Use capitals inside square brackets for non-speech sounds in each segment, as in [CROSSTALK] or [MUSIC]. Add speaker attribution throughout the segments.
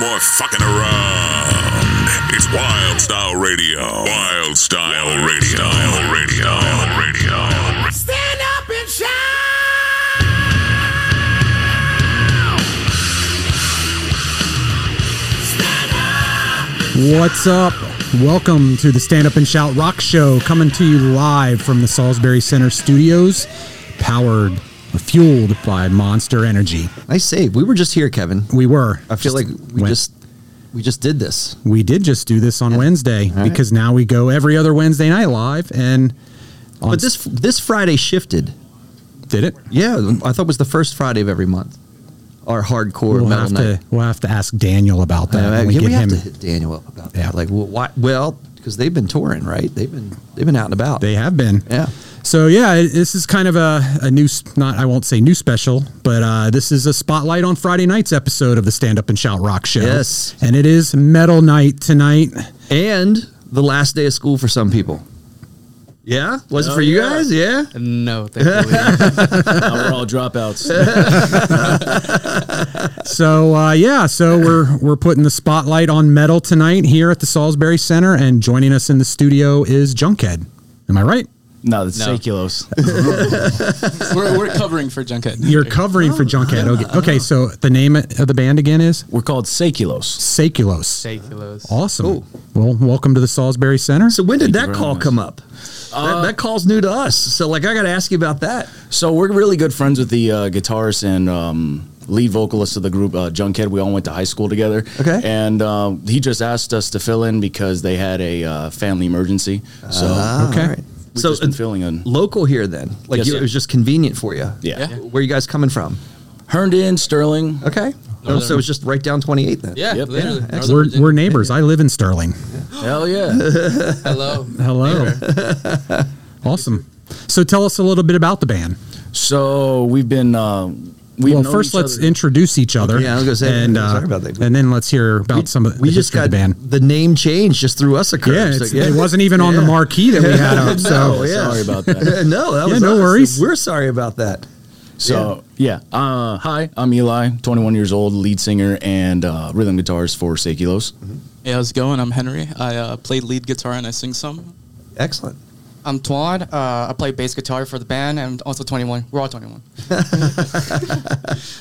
Speaker 1: We're fucking around. It's Wild Style Radio. Wild Style Radio. Style Radio. Radio.
Speaker 2: Stand up and shout!
Speaker 3: What's up? Welcome to the Stand Up and Shout Rock Show, coming to you live from the Salisbury Center Studios, powered, fueled by Monster Energy.
Speaker 4: I say we were just here, Kevin.
Speaker 3: We were.
Speaker 4: I feel
Speaker 3: just-
Speaker 4: like we
Speaker 3: Wed-
Speaker 4: just we just did this.
Speaker 3: we did just do this on Wednesday
Speaker 4: All right.
Speaker 3: because now we go every other Wednesday night live, and on
Speaker 4: But this this Friday shifted.
Speaker 3: s- did it.
Speaker 4: Yeah, I thought it was the first Friday of every month. Our hardcore
Speaker 3: We'll
Speaker 4: metal
Speaker 3: have
Speaker 4: night.
Speaker 3: to we'll have to ask Daniel about that.
Speaker 4: Uh,
Speaker 3: when we
Speaker 4: yeah,
Speaker 3: get
Speaker 4: we have
Speaker 3: him.
Speaker 4: to hit Daniel up about that.
Speaker 3: Yeah.
Speaker 4: Like, well, why? Well, because they've been touring, right? They've been they've been out and about.
Speaker 3: They have been.
Speaker 4: yeah.
Speaker 3: So yeah, it- this is kind of a, a new s- not I won't say new special, but uh, this is a spotlight on Friday night's episode of the Stand Up and Shout Rock Show.
Speaker 4: Yes.
Speaker 3: and it is Metal Night tonight.
Speaker 4: And the last day of school for some people. Yeah, was it
Speaker 5: Oh,
Speaker 4: for you
Speaker 5: yeah.
Speaker 4: guys? Yeah.
Speaker 5: No,
Speaker 6: [LAUGHS]
Speaker 5: thankfully.
Speaker 6: Now we're all dropouts.
Speaker 3: So uh, yeah,
Speaker 4: [LAUGHS]
Speaker 3: so we're we're putting the spotlight on metal tonight here at the Salisbury Center, and joining us in the studio is Junkhead. Am I right?
Speaker 6: No, that's
Speaker 5: No.
Speaker 6: Sakulos.
Speaker 5: [LAUGHS] we're, we're covering for Junkhead.
Speaker 3: You're covering
Speaker 4: Oh,
Speaker 3: for Junkhead. Okay. okay, so the name of the band again is
Speaker 6: We're called Sakulos.
Speaker 3: Sakulos.
Speaker 5: ridiculous.
Speaker 3: Awesome.
Speaker 4: Cool.
Speaker 3: Well, welcome to the Salisbury Center.
Speaker 4: So when did
Speaker 6: you
Speaker 4: that
Speaker 6: very
Speaker 4: call
Speaker 6: much. Uh,
Speaker 4: come up? that, that call's new to us. So like, I got to ask you about that.
Speaker 6: So we're really good friends with the uh, guitarist and um, lead vocalist of the group, uh, Junkhead. We all went to high school together.
Speaker 4: Okay.
Speaker 6: And um, he just asked us to fill in because they had a uh, family emergency. So
Speaker 5: Uh-huh.
Speaker 4: Ah,
Speaker 3: Okay.
Speaker 4: all right.
Speaker 6: we've
Speaker 4: So
Speaker 6: just been
Speaker 4: uh,
Speaker 6: filling in.
Speaker 4: local here then like
Speaker 6: Yes,
Speaker 4: you,
Speaker 6: sir.
Speaker 4: it was just convenient for you
Speaker 6: Yeah.
Speaker 5: Yeah.
Speaker 4: where you guys coming from
Speaker 6: Herndon, Sterling.
Speaker 4: okay Oh, so it was just right down 28 then
Speaker 5: Yeah,
Speaker 6: Yep.
Speaker 5: literally.
Speaker 6: Yeah,
Speaker 5: Northern
Speaker 3: We're,
Speaker 5: Virginia.
Speaker 3: we're neighbors. I live in Sterling.
Speaker 6: Hell yeah.
Speaker 5: Hello.
Speaker 3: Hello. [LAUGHS] awesome. So tell us a little bit about the band.
Speaker 6: so we've been. Uh, we've
Speaker 3: well,
Speaker 6: known
Speaker 3: first
Speaker 6: each
Speaker 3: let's
Speaker 6: other-
Speaker 3: introduce each other.
Speaker 4: Yeah, I was gonna say,
Speaker 3: and,
Speaker 4: we didn't
Speaker 3: uh,
Speaker 4: talk about that.
Speaker 3: and then let's hear about some of
Speaker 4: we
Speaker 3: the
Speaker 4: just
Speaker 3: history
Speaker 4: got
Speaker 3: of the band.
Speaker 4: the name change just threw us a curve
Speaker 3: Yeah,
Speaker 4: So,
Speaker 3: it's, it wasn't even on the
Speaker 4: Yeah.
Speaker 3: marquee
Speaker 4: [LAUGHS]
Speaker 3: that we had up. So
Speaker 4: No, yeah.
Speaker 6: Sorry about
Speaker 4: [LAUGHS]
Speaker 6: that.
Speaker 4: no that
Speaker 3: Yeah,
Speaker 4: was
Speaker 3: no
Speaker 4: us.
Speaker 3: worries.
Speaker 4: we're sorry about that
Speaker 6: So yeah, Uh, hi, I'm Eli, 21 years old, lead singer and uh, rhythm guitarist for Sakulos.
Speaker 5: Hey, how's it going? I'm Henry. I uh, played lead guitar and I sing some.
Speaker 4: excellent
Speaker 7: I'm Tuan. Uh, I play bass guitar for the band. I'm also 21. We're all 21.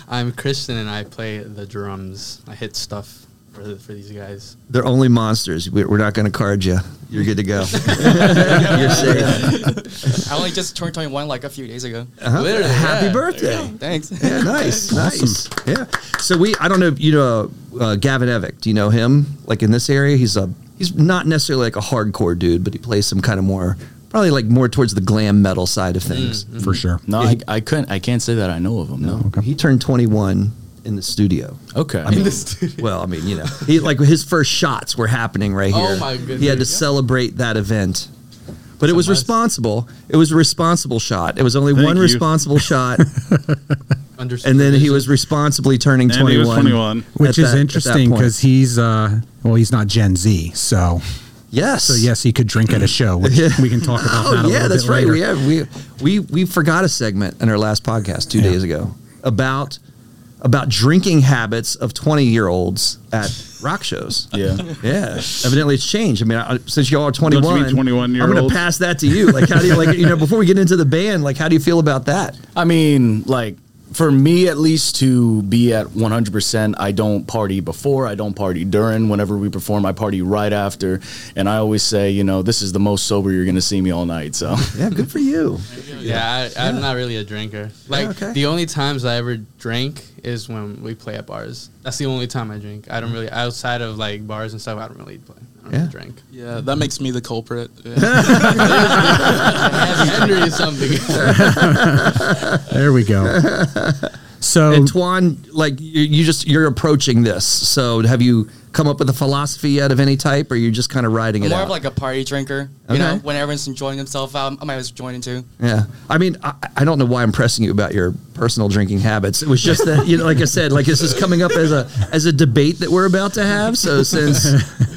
Speaker 8: I'm Kristen and I play the drums. I hit stuff for, the, for these guys.
Speaker 4: they're only monsters We- we're not going to card you you're good to go [LAUGHS] you're safe
Speaker 7: I only just turned 21 like a few days ago.
Speaker 4: Uh-huh.
Speaker 5: Literally,
Speaker 4: happy
Speaker 5: yeah.
Speaker 4: birthday
Speaker 7: Thanks.
Speaker 4: yeah, nice, nice. Yeah. So we, I don't know, if you know, uh, Gavin Evick. Do you know him? Like in this area, he's a he's not necessarily like a hardcore dude, but he plays some kind of more probably like more towards the glam metal side of things.
Speaker 3: for sure.
Speaker 6: No, I, I couldn't. I can't say that I know of them. No.
Speaker 4: He turned 21 in the studio.
Speaker 6: Okay.
Speaker 4: I mean,
Speaker 6: [LAUGHS]
Speaker 4: well, I mean, you know, he like his first shots were happening right here.
Speaker 8: Oh, my goodness.
Speaker 4: He had to celebrate that event. But it was responsible. It was a responsible shot. It was only one
Speaker 9: you.
Speaker 4: responsible shot,
Speaker 8: Understood.
Speaker 4: and then he was responsibly turning
Speaker 9: And he was 21.
Speaker 3: Which
Speaker 4: at
Speaker 3: is
Speaker 4: that- at that
Speaker 3: interesting
Speaker 4: point.
Speaker 3: because he's uh, well, he's not Gen Z, so
Speaker 4: Yes.
Speaker 3: so yes, he could drink at a show.
Speaker 4: [LAUGHS]
Speaker 3: Which We can talk about that. A
Speaker 4: Oh yeah,
Speaker 3: little
Speaker 4: that's
Speaker 3: bit
Speaker 4: right.
Speaker 3: later.
Speaker 4: We have we we we forgot a segment in our last podcast two days ago about about drinking habits of twenty year olds at rock shows.
Speaker 6: yeah.
Speaker 4: Yeah, evidently it's changed. I mean, I, since y'all are twenty
Speaker 9: Don't you
Speaker 4: one,
Speaker 9: mean 21
Speaker 4: I'm going
Speaker 9: -year-olds?
Speaker 4: to pass that to you. Like, how do you like you know? Before we get into the band, like, how do you feel about that?
Speaker 6: I mean, like for me at least to be at 100%, I don't party before, I don't party during. Whenever we perform, I party right after. And I always say, you know, this is the most sober you're going to see me all night. So
Speaker 4: Yeah, good for you.
Speaker 8: yeah, I, I'm not really a drinker. Like
Speaker 4: okay.
Speaker 8: the only times I ever drink is when we play at bars. That's the only time I drink. I don't really outside of like bars and stuff. I don't really play. I don't
Speaker 4: Yeah.
Speaker 8: really drink.
Speaker 5: Yeah, that makes me the culprit. Yeah.
Speaker 8: [LAUGHS] Henry
Speaker 6: [LAUGHS]
Speaker 8: or something.
Speaker 3: There we
Speaker 4: [LAUGHS]
Speaker 3: go. So
Speaker 4: And Tuan, like, you, you just you're approaching this. So, have you come up with a philosophy yet of any type, or you're just kind of riding
Speaker 7: I'm
Speaker 4: it
Speaker 7: more
Speaker 4: out?
Speaker 7: of like a party drinker. You
Speaker 4: Okay.
Speaker 7: know, when everyone's enjoying themselves, um, I might as well join in too.
Speaker 4: Yeah, I mean, I, I don't know why I'm pressing you about your personal drinking habits. It was just that, you know, like I said, like this is coming up as a as a debate that we're about to have. So since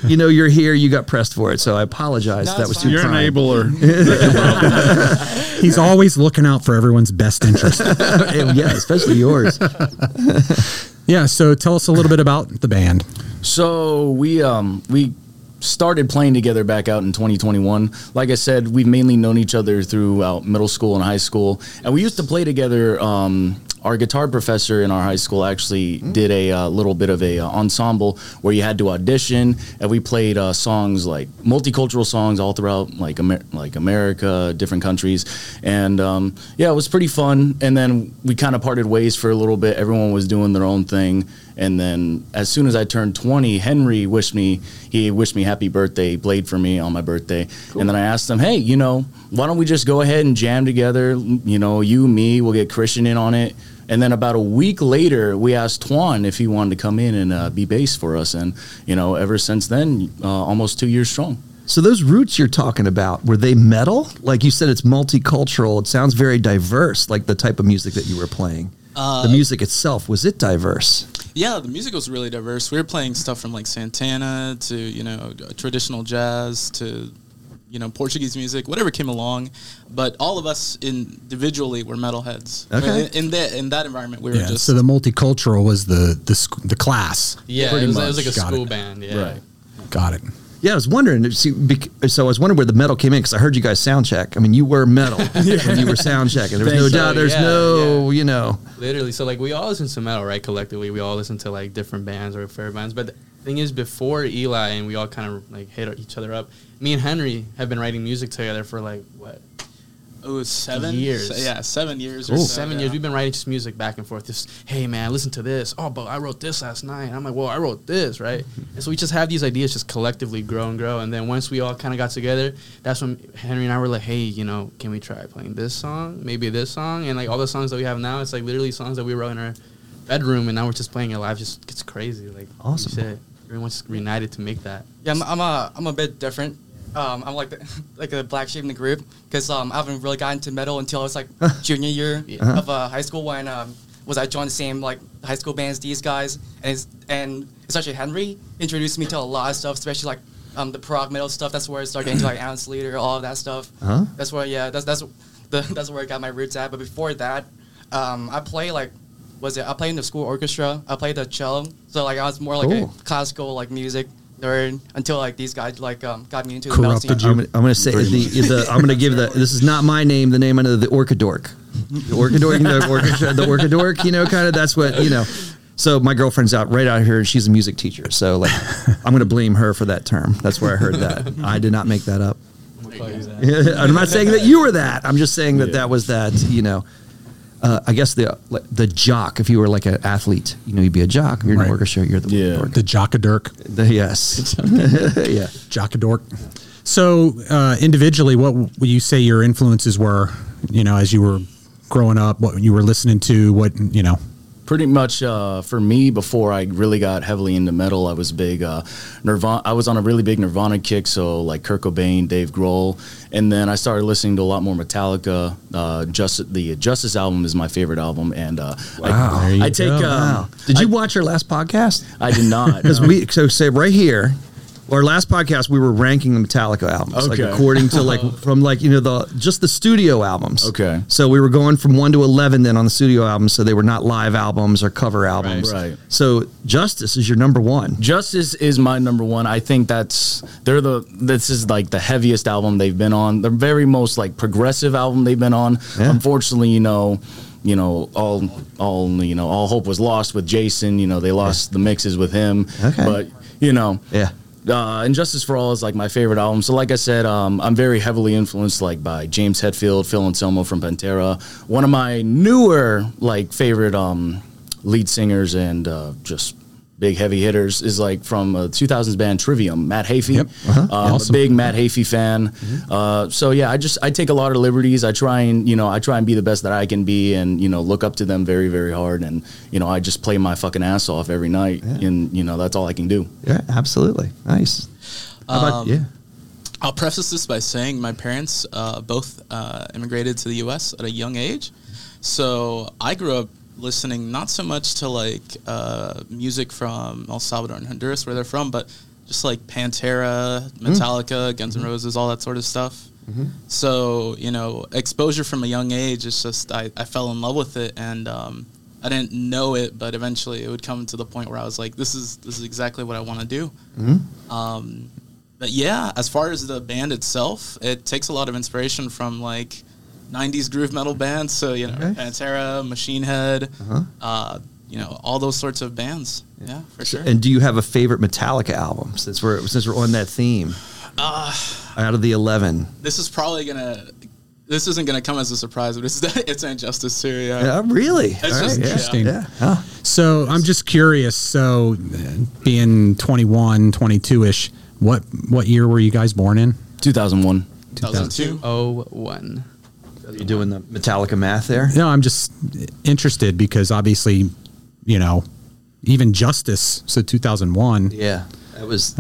Speaker 4: you know you're here, you got pressed for it. So I apologize. if that was too
Speaker 9: You're an
Speaker 4: prying.
Speaker 9: enabler.
Speaker 3: he's always looking out for everyone's best
Speaker 4: [LAUGHS]
Speaker 3: interest.
Speaker 4: yeah, especially yours.
Speaker 3: yeah. So tell us a little bit about the band.
Speaker 6: So we um we started playing together back out in 2021. Like I said, we've mainly known each other throughout middle school and high school, and we used to play together. Um, our guitar professor in our high school actually did a uh, little bit of a uh, ensemble where you had to audition, and we played uh, songs like multicultural songs all throughout like Amer- like America, different countries, and um, yeah, it was pretty fun. And then we kind of parted ways for a little bit. Everyone was doing their own thing, and then as soon as I turned 20, Henry wished me he wished me happy birthday, played for me on my birthday. And then I asked him, "Hey, you know, why don't we just go ahead and jam together, you know, you, me, we'll get Christian in on it." And then about a week later, we asked Tuan if he wanted to come in and uh, be bass for us and, you know, ever since then, uh, almost 2 years strong.
Speaker 4: So those roots you're talking about, were they metal? Like you said, it's multicultural. It sounds very diverse, like the type of music that you were playing. the music itself was it diverse?
Speaker 5: Yeah, the music was really diverse. We were playing stuff from like Santana to you know traditional jazz to you know Portuguese music, whatever came along. But all of us individually were metalheads.
Speaker 4: Okay.
Speaker 5: In, in that in that environment, we were
Speaker 3: Yeah.
Speaker 5: just
Speaker 3: so the multicultural was the the sc- the class.
Speaker 8: Yeah,
Speaker 6: Pretty
Speaker 8: it was, it was
Speaker 6: much.
Speaker 8: like a
Speaker 3: Got
Speaker 8: school
Speaker 3: it.
Speaker 8: band. Yeah.
Speaker 6: Right.
Speaker 3: Got it.
Speaker 4: Yeah, I was wondering. See, bec- so I was wondering where the metal came in because I heard you guys sound check. I mean, you were metal when you were sound checking. There was no
Speaker 8: Thanks.
Speaker 4: doubt.
Speaker 8: So,
Speaker 4: There's
Speaker 8: yeah,
Speaker 4: no, you know.
Speaker 8: Literally. So like we all listen to metal, right? Collectively, we all listen to like different bands or favorite bands. But the thing is, before Eli and we all kind of like hit each other up. Me and Henry have been writing music together for like what
Speaker 5: it was oh, seven
Speaker 8: Years.
Speaker 5: so- yeah, seven years or
Speaker 8: Seven
Speaker 5: so, yeah.
Speaker 8: years. We've been writing just music back and forth. Just hey man, listen to this. Oh, but I wrote this last night. And I'm like, well, I wrote this, right? and so we just have these ideas just collectively grow and grow. And then once we all kind of got together, that's when Henry and I were like, hey, you know, can we try playing this song? Maybe this song, and like all the songs that we have now, it's like literally songs that we wrote in our bedroom, and now we're just playing it live. Just it's crazy. Like
Speaker 4: Awesome.
Speaker 8: shit. Everyone's reunited to make that.
Speaker 7: Yeah, I'm, I'm a I'm a bit different. Um, I'm like the, [LAUGHS] like the black sheep in the group because um, I haven't really gotten to metal until I was like junior year
Speaker 5: Uh-huh.
Speaker 7: of uh, high school when um, was I joined the same like high school bands these guys and it's, and especially Henry introduced me to a lot of stuff, especially like um, the prog metal stuff. That's where I started getting into like Ounce Leader, all of that stuff.
Speaker 4: Huh?
Speaker 7: That's where yeah, that's that's the, that's where I got my roots at. But before that, um, I play like was it? I played in the school orchestra. I played the cello, so like I was more like
Speaker 4: Cool.
Speaker 7: a classical like music nerd until like these guys like um, got me into the metal
Speaker 3: Corrupted
Speaker 7: scene.
Speaker 3: you.
Speaker 4: I'm, gonna- I'm going to say the, the I'm going to give the this is not my name the name I know the Orcadork, the Orcadork, you know, the orchestra, the Orcadork, you know, kind of that's what you know. So my girlfriend's out right out here. and She's a music teacher, so like I'm going to blame her for that term. That's where I heard that. I did not make that up. [LAUGHS] I'm not saying that you were that. I'm just saying that
Speaker 6: Yeah.
Speaker 4: that was that. You know, uh, I guess the the jock. If you were like an athlete, you know, you'd be a jock. If you're in
Speaker 3: Right.
Speaker 4: an orchestra, you're the
Speaker 6: Yeah.
Speaker 4: orc.
Speaker 3: The jockadurk,
Speaker 4: The- [LAUGHS] yes, [LAUGHS] yeah.
Speaker 3: jockadork. So uh, individually, what would you say your influences were? You know, as you were growing up, what you were listening to, what you know.
Speaker 6: pretty much uh, for me before I really got heavily into metal, I was big uh, Nirvana. I was on a really big Nirvana kick, so like Kurt Cobain, Dave Grohl, and then I started listening to a lot more Metallica. Uh, just the Justice album is my favorite album, and uh,
Speaker 4: Wow.
Speaker 3: There
Speaker 6: I,
Speaker 3: you
Speaker 6: I take
Speaker 3: go.
Speaker 6: um,
Speaker 4: Wow. Did you watch our last podcast?
Speaker 6: I did not Uh,
Speaker 4: Because
Speaker 6: no.
Speaker 4: we so say right here, our last podcast we were ranking the Metallica albums, like
Speaker 6: Okay.
Speaker 4: according to
Speaker 6: [LAUGHS]
Speaker 4: like from like you know the just the studio albums.
Speaker 6: Okay.
Speaker 4: So we were going from one to eleven then on the studio albums, so they were not live albums or cover albums.
Speaker 6: Right.
Speaker 4: So Justice is your number one.
Speaker 6: Justice is my number one. I think that's they're the this is like the heaviest album they've been on. The very most like progressive album they've been on.
Speaker 4: Yeah.
Speaker 6: Unfortunately, you know, you know all all you know all hope was lost with Jason. You know they lost the mixes with him.
Speaker 4: Okay.
Speaker 6: But you know
Speaker 4: Yeah.
Speaker 6: uh, Injustice for All is like my favorite album. So, like I said, um, I'm very heavily influenced like by James Hetfield, Phil Anselmo from Pantera. One of my newer like favorite um, lead singers and uh, just big heavy hitters is like from a 2000s band Trivium, Matt Hafey.
Speaker 3: Yep. Uh-huh.
Speaker 6: Um, I'm
Speaker 3: Awesome. Mm-hmm.
Speaker 6: a big Matt Hafey fan. Uh, so yeah, I just I take a lot of liberties. I try and you know I try and be the best that I can be, and you know look up to them very very hard, and you know I just play my fucking ass off every night, and you know that's all I can do.
Speaker 4: Yeah, absolutely. Nice. How about yeah?
Speaker 5: I'll preface this by saying my parents uh, both uh, immigrated to the U.S. at a young age, so I grew up listening not so much to like uh, music from El Salvador and Honduras where they're from, but just like Pantera, Metallica, Guns N' Roses, all that sort of stuff. So you know, exposure from a young age is just I, I fell in love with it, and um, I didn't know it, but eventually it would come to the point where I was like, "This is this is exactly what I want to do." Um, but yeah, as far as the band itself, it takes a lot of inspiration from like '90s groove metal bands, so you know
Speaker 4: Okay.
Speaker 5: Pantera, Machine Head, uh you know all those sorts of bands. Yeah, for sure.
Speaker 4: And do you have a favorite Metallica album since we're since we're on that theme? Uh, Out of the eleven,
Speaker 5: this is probably gonna. This isn't gonna come as a surprise, but it's [LAUGHS] it's Injustice Syria.
Speaker 4: yeah, Uh, really? All
Speaker 5: just-
Speaker 4: yeah.
Speaker 3: Interesting.
Speaker 4: Yeah. Huh.
Speaker 3: So I'm just curious. So uh, being 21, 22 ish, what what year were you guys born in?
Speaker 6: 2001.
Speaker 5: 2002.
Speaker 8: Oh one.
Speaker 4: You doing the Metallica math there?
Speaker 3: No, I'm just interested because obviously, you know, even Justice. So 2001.
Speaker 4: Yeah, that was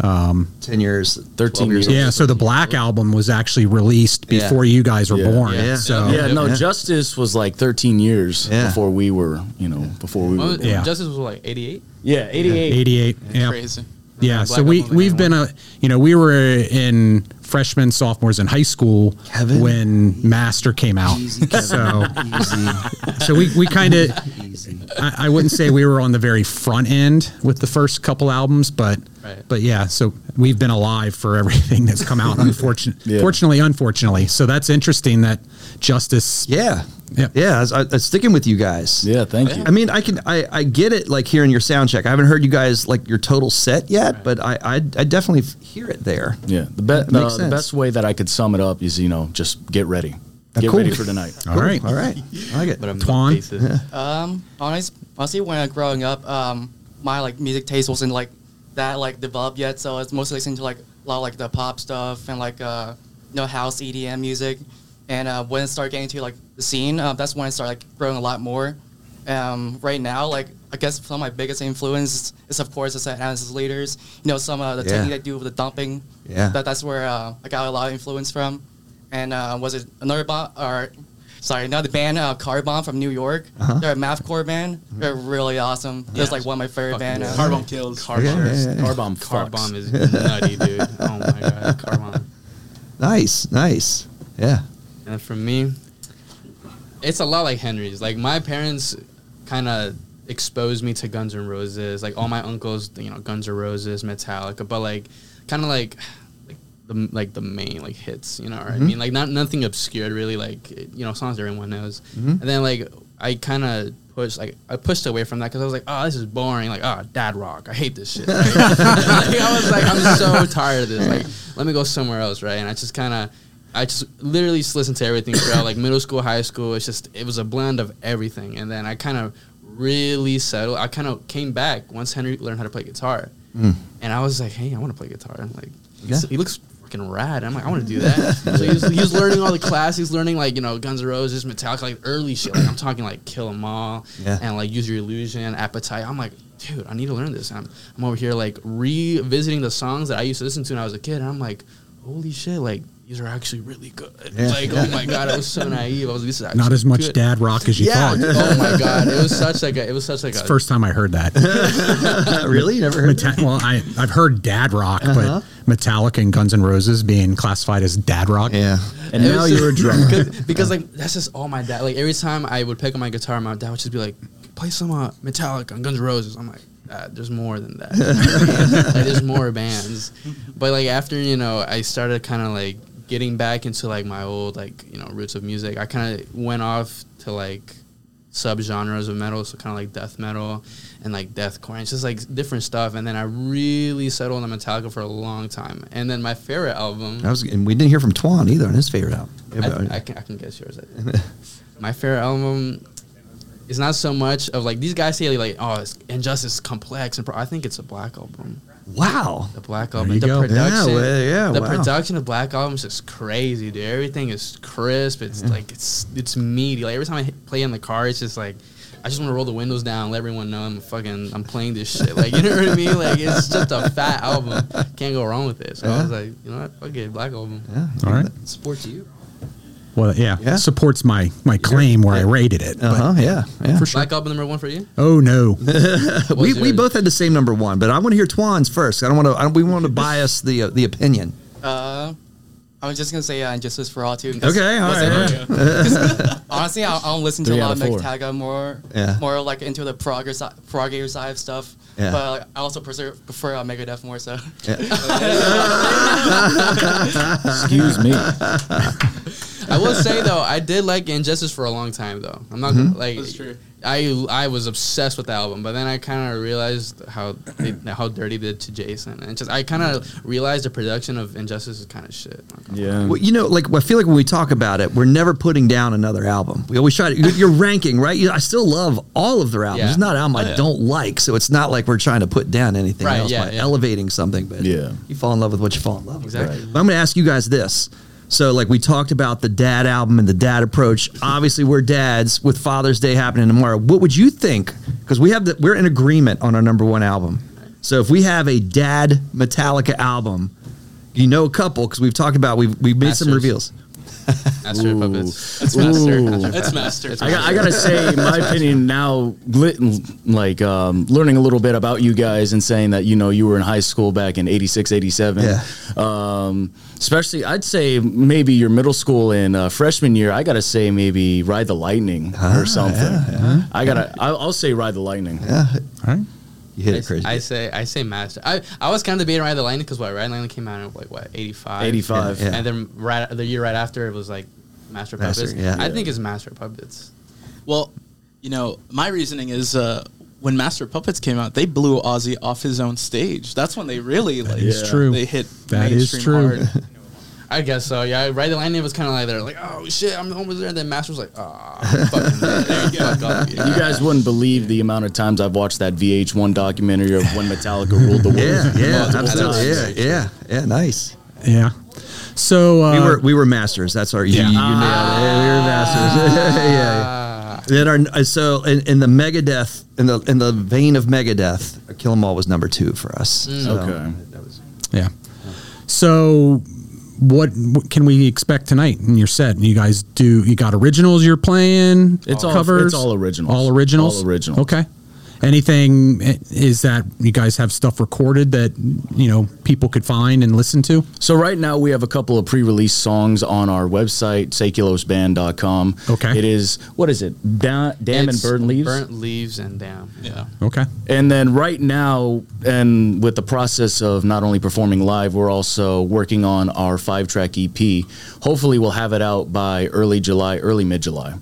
Speaker 4: ten years,
Speaker 6: 13
Speaker 4: 12
Speaker 6: years.
Speaker 3: Yeah, so the Black album was actually released
Speaker 4: Yeah.
Speaker 3: before you guys were
Speaker 6: Yeah.
Speaker 3: born.
Speaker 4: Yeah.
Speaker 3: So
Speaker 6: Yeah, no,
Speaker 4: Yeah.
Speaker 6: Justice was like 13 years
Speaker 4: Yeah.
Speaker 6: before we were, you know, before we were.
Speaker 8: Well,
Speaker 6: born.
Speaker 3: Yeah.
Speaker 8: Justice was like eighty eight.
Speaker 6: Yeah, 88.
Speaker 3: 88. Yeah.
Speaker 5: Crazy.
Speaker 3: Yeah,
Speaker 8: Black
Speaker 3: so we
Speaker 8: Album,
Speaker 3: we've been a you know we were in freshmen sophomores in high school
Speaker 4: Kevin.
Speaker 3: when Master came out.
Speaker 4: Easy, Kevin.
Speaker 3: So
Speaker 4: Easy,
Speaker 3: [LAUGHS] so we we kind of
Speaker 4: easy.
Speaker 3: I, I wouldn't say we were on the very front end with the first couple albums, but
Speaker 8: Right.
Speaker 3: but yeah, so we've been alive for everything that's come out. Unfortunately,
Speaker 6: Yeah.
Speaker 3: fortunately, unfortunately. So that's interesting that Justice.
Speaker 4: Yeah,
Speaker 3: Yeah.
Speaker 4: yeah. I was, I, I was sticking with you guys.
Speaker 6: Yeah, thank you.
Speaker 4: I mean, I can, I, I get it. Like hearing your sound check, I haven't heard you guys like your total set yet, but I, I, I definitely f- hear it there.
Speaker 6: Yeah, the, be-
Speaker 4: makes
Speaker 6: the, the
Speaker 4: sense.
Speaker 6: best way that I could sum it up is, you know, just get ready. Get
Speaker 4: cool.
Speaker 6: ready for tonight.
Speaker 3: All right,
Speaker 4: All right, I like it.
Speaker 8: But I'm
Speaker 3: Twan?
Speaker 8: not racist.
Speaker 7: Um, honest, honestly, when I was growing up, um, my like music taste wasn't like that like developed yet. So I was mostly listening to like a lot of like the pop stuff and like uh, you know house EDM music. And uh, when I started getting into like the scene, uh, that's when I started like growing a lot more. Um, right now, like I guess some of my biggest influences is of course is the Analysis Leaders. You know some of the
Speaker 4: Yeah.
Speaker 7: technique they do with the dumping.
Speaker 4: Yeah.
Speaker 7: That that's where uh, I got a lot of influence from. And uh, was it another band or sorry, another band, uh, Car Bomb from New York?
Speaker 4: Uh-huh.
Speaker 7: They're a mathcore band.
Speaker 4: Mm-hmm.
Speaker 7: They're really awesome. They're like one of my favorite uh, bands.
Speaker 5: Car bomb kills.
Speaker 8: Car
Speaker 4: Yeah,
Speaker 8: bomb.
Speaker 4: yeah,
Speaker 8: is-
Speaker 4: yeah.
Speaker 8: Car bomb. Car bomb is nutty, dude. Oh my god, car bomb.
Speaker 4: Nice, nice. Yeah,
Speaker 8: And for me, it's a lot like Henry's. Like my parents kind of exposed me to Guns N' Roses. Like all my uncles, you know, Guns N' Roses, Metallica, but like kind of like like the like the main like hits. You know what I mean? Like not nothing obscured really. Like it- you know songs everyone knows. And then like I kind of. pushed like I pushed away from that because I was like, oh, this is boring. Like, oh, dad rock. I hate this shit. Like, [LAUGHS] I was like, I'm so tired of this. Like, let me go somewhere else, right? And I just kind of I just literally just listened to everything throughout like middle school, high school. It's just it was a blend of everything, and then I kind of really settled. I kind of came back once Henry learned how to play guitar, and I was like, hey, I want to play guitar. I'm like,
Speaker 4: Mm. Yeah.
Speaker 8: he looks fucking rad. I'm like, I want to do that. so he was, he was learning all the class. He was learning like you know Guns N' Roses, Metallica, like early shit. Like I'm talking like Kill 'Em All
Speaker 4: Yeah.
Speaker 8: and like Use Your Illusion, Appetite. I'm like. Dude, I need to learn this. I'm, I'm over here like revisiting the songs that I used to listen to when I was a kid, and I'm like, holy shit, like these are actually really good. Like, oh my god, I was so naive. I was this is actually
Speaker 3: Not as much
Speaker 8: good.
Speaker 3: dad rock as you
Speaker 8: Yeah.
Speaker 3: thought.
Speaker 8: oh my god, it
Speaker 3: [LAUGHS]
Speaker 8: was such like a. It was such like a.
Speaker 3: First time I heard that.
Speaker 4: really. You Never heard.
Speaker 3: Meta- well, I I've heard dad rock, but Metallica and Guns N' Roses being classified as dad rock.
Speaker 4: Yeah,
Speaker 6: And
Speaker 8: it
Speaker 6: now
Speaker 8: was just-
Speaker 6: you're a drummer.
Speaker 8: [LAUGHS] Because, because, like that's just all my dad. Like every time I would pick up my guitar, my dad would just be like, "Play some uh, Metallica and Guns N' Roses." I'm like, Dad, "There's more
Speaker 6: [LAUGHS]
Speaker 8: than that. Like, there's more bands." But like after you know, I started kind of like getting back into like my old like you know roots of music. I kind of went off to like subgenres of metal, so kind of like death metal and like deathcore. And it's just like different stuff. And then I really settled on Metallica for a long time. And then my favorite
Speaker 4: [LAUGHS]
Speaker 8: album.
Speaker 4: I was, and we didn't hear from Twan either on his favorite album.
Speaker 8: I, I can, I can guess yours. [LAUGHS] I think. My favorite album is not so much of like these guys say like oh it's, injustice is complex and pro- I think it's a black album.
Speaker 4: wow.
Speaker 8: The black
Speaker 3: you
Speaker 8: album, the
Speaker 3: go. Yeah,
Speaker 8: production,
Speaker 4: well, yeah,
Speaker 8: the
Speaker 4: wow.
Speaker 8: production of black albums is crazy, dude. Everything is crisp. It's like it's it's meaty. Like every time I hit play in the car, it's just like. I just want to roll the windows down, and let everyone know I'm fucking, I'm playing this shit. Like, you know what I mean? Like, it's just a fat album. Can't go wrong with it. So I was like, you know what? Fuck it, black album.
Speaker 4: Yeah.
Speaker 3: All right.
Speaker 4: Support you.
Speaker 3: Well, yeah,
Speaker 4: Yeah.
Speaker 3: supports my my claim where I rated it. but-
Speaker 4: Uh huh. Yeah. Yeah.
Speaker 3: For sure.
Speaker 8: Black album number one for you?
Speaker 3: Oh no.
Speaker 4: we,
Speaker 8: What's
Speaker 4: we
Speaker 8: yours?
Speaker 4: both had the same number one, but I want to hear Twan's first. I don't want to. I don't, we want to bias the uh, the opinion.
Speaker 7: Uh, I was just gonna say uh, Injustice for All too. 'cause
Speaker 4: Okay, all right. yeah.
Speaker 7: Honestly, I, I don't listen to
Speaker 6: Three
Speaker 7: a lot
Speaker 6: out
Speaker 7: of
Speaker 6: of four.
Speaker 7: Megataga more,
Speaker 4: Yeah.
Speaker 7: more like into the progger si- progger side of stuff.
Speaker 4: Yeah.
Speaker 7: But like, I also prefer, prefer uh, Megadeth more. So
Speaker 6: Excuse
Speaker 4: [LAUGHS]
Speaker 6: me.
Speaker 8: I will say though, I did like Injustice for a long time though.
Speaker 4: Mm-hmm.
Speaker 8: I'm not gonna like
Speaker 5: That's true.
Speaker 8: I I was obsessed with the album, but then I kind of realized how they, how dirty they did to Jason, and just I kind of realized the production of Injustice is kind of shit.
Speaker 6: Yeah.
Speaker 4: Well, you know, like I feel like when we talk about it, we're never putting down another album. We always try to. You're, you're ranking, right? You, I still love all of their albums.
Speaker 8: Yeah.
Speaker 4: There's not an album
Speaker 5: Oh,
Speaker 4: I
Speaker 5: yeah.
Speaker 4: don't like, so it's not like we're trying to put down anything
Speaker 8: Right,
Speaker 4: else
Speaker 8: yeah,
Speaker 4: by
Speaker 8: yeah.
Speaker 4: elevating something. But
Speaker 6: Yeah.
Speaker 4: you fall in love with what you fall in love with.
Speaker 8: Exactly.
Speaker 4: But I'm going to ask you guys this. So, like we talked about the dad album and the dad approach. Obviously, we're dads with Father's Day happening tomorrow. What would you think? Because we have the, we're in agreement on our number one album. So, if we have a dad Metallica album, you know a couple because we've talked about we've we've made some
Speaker 8: Masters.
Speaker 4: reveals.
Speaker 8: Master of Puppets.
Speaker 5: It's master.
Speaker 6: Ooh.
Speaker 5: It's master.
Speaker 6: I, got, I gotta say, my opinion now, lit, like um, learning a little bit about you guys and saying that you know you were in high school back in '86, '87.
Speaker 4: Yeah.
Speaker 6: Um, especially, I'd say maybe your middle school and uh, freshman year. I gotta say maybe Ride the Lightning
Speaker 4: Ah,
Speaker 6: or something. I gotta. I'll, I'll say Ride the Lightning.
Speaker 3: All right.
Speaker 4: You hit
Speaker 8: I,
Speaker 4: it crazy.
Speaker 8: I say I say Master. I, I was kind of debating Ride the Lightning because what Ride the Lightning came out in like what 85?
Speaker 6: 85.
Speaker 4: Yeah.
Speaker 8: and then right the year right after it was like Master of
Speaker 4: Master,
Speaker 8: Puppets.
Speaker 4: yeah.
Speaker 8: I think it's Master of Puppets.
Speaker 5: Well, you know, my reasoning is uh, when Master of Puppets came out, they blew Ozzy off his own stage. That's when they really like
Speaker 3: is true.
Speaker 5: They hit
Speaker 3: That is
Speaker 5: mainstream
Speaker 3: true. [LAUGHS]
Speaker 5: hard.
Speaker 8: I guess so. Yeah, Ride the Lightning was kind of like they're like, oh shit, I'm almost there. And then Master was like, ah, fucking there you [LAUGHS] go. Fuck off.
Speaker 6: You guys wouldn't believe the amount of times I've watched that VH1 documentary of when Metallica ruled the
Speaker 4: [LAUGHS]
Speaker 6: world.
Speaker 4: yeah, yeah,
Speaker 6: [LAUGHS] multiple
Speaker 4: absolutely.
Speaker 6: times.
Speaker 4: Yeah, yeah, yeah. Nice.
Speaker 3: Yeah. So uh,
Speaker 4: we were we were masters. That's our yeah. you, you nailed it. Yeah, we were masters. [LAUGHS] yeah, yeah. Then our uh, so in, in the Megadeth in the in the vein of Megadeth, Kill 'Em All was number two for us. So,
Speaker 6: Okay.
Speaker 3: yeah. So what, what can we expect tonight in your set? You guys do you got originals you're playing?
Speaker 6: It's all-
Speaker 3: covers.
Speaker 6: it's all originals.
Speaker 3: All originals.
Speaker 6: All originals.
Speaker 3: Okay. Anything eh, is that you guys have stuff recorded that you know people could find and listen to?
Speaker 6: So right now we have a couple of pre-release songs on our website, seculosband.com.
Speaker 3: Okay.
Speaker 6: It is what is it? Da- Damn and
Speaker 8: It's
Speaker 6: Burn Leaves.
Speaker 8: Burnt leaves and damn. Yeah.
Speaker 3: Okay.
Speaker 6: And then right now, and with the process of not only performing live, we're also working on our five-track EP. Hopefully, we'll have it out by early July, early mid-July.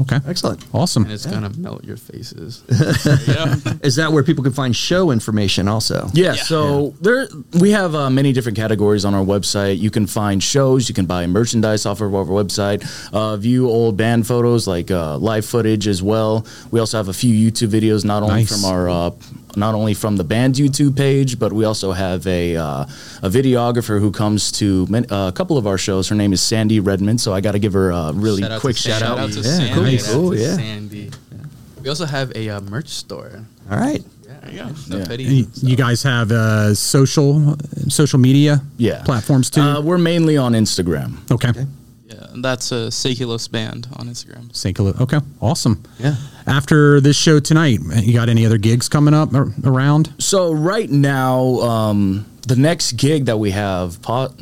Speaker 3: Okay.
Speaker 4: Excellent.
Speaker 3: Awesome.
Speaker 8: And it's gonna melt your faces.
Speaker 4: Is that where people can find show information also?
Speaker 6: Yeah, so there we have uh, many different categories on our website. You can find shows, you can buy merchandise off of our website, uh, view old band photos like uh, live footage as well. We also have a few YouTube videos, not only
Speaker 3: Nice.
Speaker 6: from our uh, not only from the band's YouTube page, but we also have a uh, a videographer who comes to man- uh, a couple of our shows. Her name is Sandy Redmond, so I got to give her a really
Speaker 8: out
Speaker 6: quick
Speaker 8: to
Speaker 6: shout out.
Speaker 5: Yeah,
Speaker 8: Sandy. Sandy.
Speaker 5: cool,
Speaker 8: Shout out
Speaker 4: cool,
Speaker 8: to
Speaker 4: yeah.
Speaker 8: Sandy. We also have a uh, merch store.
Speaker 4: All right.
Speaker 8: There you go. No
Speaker 6: Yeah.
Speaker 3: Y-
Speaker 8: hoodie.
Speaker 3: You guys have uh, social social media
Speaker 6: Yeah,
Speaker 3: platforms too.
Speaker 6: Uh, we're mainly on Instagram.
Speaker 3: okay.
Speaker 5: Yeah, and that's
Speaker 8: uh,
Speaker 5: a Seculos band on Instagram.
Speaker 3: Take a look. Okay. Awesome.
Speaker 4: Yeah.
Speaker 3: After this show tonight, eh, you got any other gigs coming up ar- around?
Speaker 6: So right now, um, the next gig that we have, po-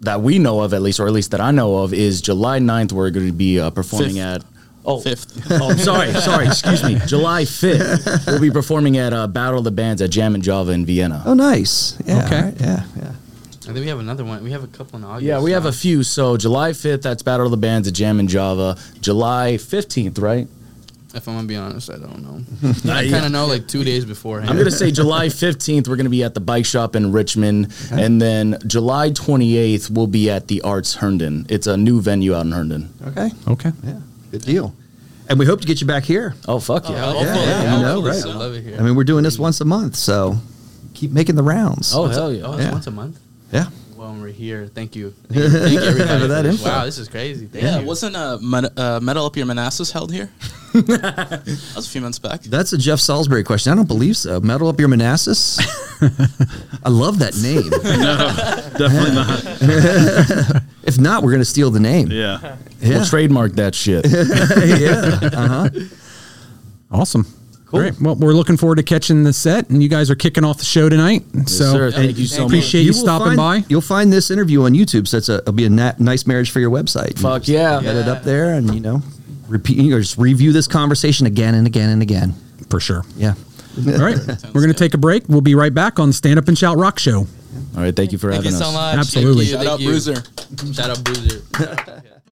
Speaker 6: that we know of at least, or at least that I know of, is July 9th. We're going to be uh, performing
Speaker 5: Fifth.
Speaker 6: at. Oh,
Speaker 5: Fifth.
Speaker 6: oh, I'm sorry, sorry, excuse me. July 5th, we'll be performing at uh, Battle of the Bands at Jam and Java in Vienna.
Speaker 4: Oh, nice. Yeah.
Speaker 3: Okay.
Speaker 4: all right, Yeah. Yeah.
Speaker 8: And then we have another one. We have a couple in August.
Speaker 6: Yeah, we have a few. So July 5th, that's Battle of the Bands at Jam and Java. July 15th, right?
Speaker 8: If I'm gonna be honest, I don't know. I kind of know like two days beforehand.
Speaker 6: I'm going to say July 15th, we're going to be at the bike shop in Richmond. And then July 28th, we'll be at the Arts Herndon. It's a new venue out in Herndon.
Speaker 4: Okay.
Speaker 3: Okay.
Speaker 4: Yeah. Good deal. And we hope to get you back here.
Speaker 6: Oh fuck yeah!
Speaker 8: hell
Speaker 4: yeah, yeah, I know, right?
Speaker 8: I love it here.
Speaker 4: I mean, we're doing this once a month, so keep making the rounds.
Speaker 6: Oh
Speaker 8: Once a-
Speaker 6: hell yeah!
Speaker 8: Oh, it's
Speaker 4: Yeah.
Speaker 8: once a month.
Speaker 4: yeah.
Speaker 8: Well, we're here.
Speaker 4: [LAUGHS]
Speaker 8: Thank you. Thank you, thank you, everybody.
Speaker 4: For that
Speaker 8: this.
Speaker 4: info.
Speaker 8: Wow, this is crazy. Thank
Speaker 5: Yeah,
Speaker 8: you.
Speaker 5: wasn't uh, Met- uh, Metal Up Your Manassas held here? that was a few months back.
Speaker 4: That's a Jeff Salisbury question. I don't believe so. Metal up your Manassas. I love that name.
Speaker 2: Definitely not.
Speaker 4: [LAUGHS] If not, we're going to steal the name.
Speaker 2: Yeah.
Speaker 4: [LAUGHS] Yeah.
Speaker 6: We'll trademark that shit.
Speaker 4: yeah.
Speaker 3: Awesome. All right. Well, we're looking forward to catching the set, and you guys are kicking off the show tonight. so eh,
Speaker 6: sir. Thank you so much.
Speaker 3: appreciate you,
Speaker 4: will
Speaker 3: stopping
Speaker 4: find-
Speaker 3: by.
Speaker 4: You'll find this interview on YouTube, so it's a, it'll be a na- nice marriage for your website.
Speaker 6: Fuck yeah.
Speaker 4: Get it up there, and you know, repeat. You know, just review this conversation again and again and again.
Speaker 3: for sure.
Speaker 4: Yeah.
Speaker 3: All right, we're going to
Speaker 5: good.
Speaker 3: take a break. We'll be right back on the Stand Up and Shout Rock Show.
Speaker 6: All right. Thank you for
Speaker 7: Thank
Speaker 6: having
Speaker 7: you
Speaker 6: us.
Speaker 7: so much.
Speaker 3: Absolutely.
Speaker 5: Shout out Bruiser.
Speaker 8: Shout out Bruiser.